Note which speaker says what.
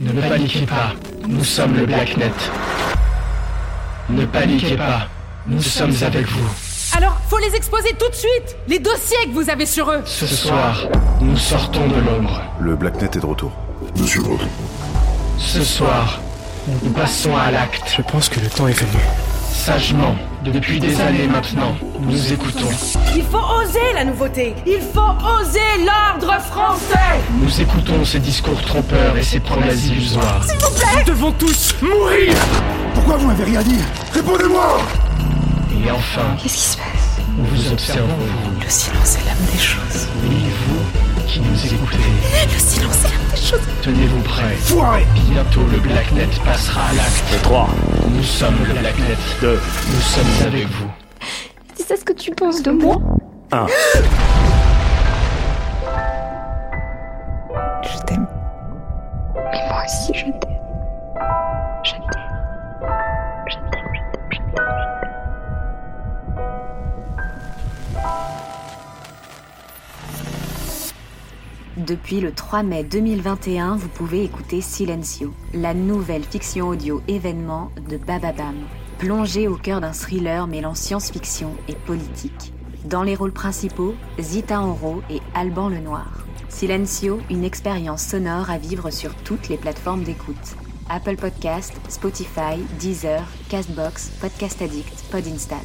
Speaker 1: Ne paniquez pas, nous sommes le Blacknet. Ne paniquez pas, nous sommes avec vous.
Speaker 2: Alors, faut les exposer tout de suite Les dossiers que vous avez sur eux
Speaker 1: Ce soir, nous sortons de l'ombre.
Speaker 3: Le Blacknet est de retour. Monsieur
Speaker 1: Ce soir, nous passons à l'acte.
Speaker 4: Je pense que le temps est venu.
Speaker 1: Sagement, depuis des années maintenant, nous écoutons.
Speaker 2: Il faut oser la nouveauté Il faut oser l'ordre français
Speaker 1: Nous écoutons ces discours trompeurs et ces promesses illusoires.
Speaker 3: Pourquoi vous m'avez rien dit Répondez-moi
Speaker 1: Et enfin, qu'est-ce qui se passe Nous vous observons, vous. Le silence est l'âme des choses. Et vous qui nous écoutez,
Speaker 2: Le silence est la chose
Speaker 1: tenez-vous prêts.
Speaker 3: Foiré
Speaker 1: Bientôt, le Blacknet passera à l'acte.
Speaker 5: 3,
Speaker 1: Nous sommes le Blacknet.
Speaker 5: 2,
Speaker 1: Nous sommes avec vous.
Speaker 6: C'est ça ce que tu penses de moi
Speaker 7: Je t'aime.
Speaker 6: Mais moi aussi, je t'aime. Je t'aime. Je t'aime, je t'aime, je t'aime.
Speaker 8: Depuis le 3 mai 2021, vous pouvez écouter Silencio, la nouvelle fiction audio événement de Bababam. Plongé au cœur d'un thriller mêlant science-fiction et politique. Dans les rôles principaux, Zita Enro et Alban Lenoir. Silencio, une expérience sonore à vivre sur toutes les plateformes d'écoute. Apple Podcast, Spotify, Deezer, Castbox, Podcast Addict, Podinstall.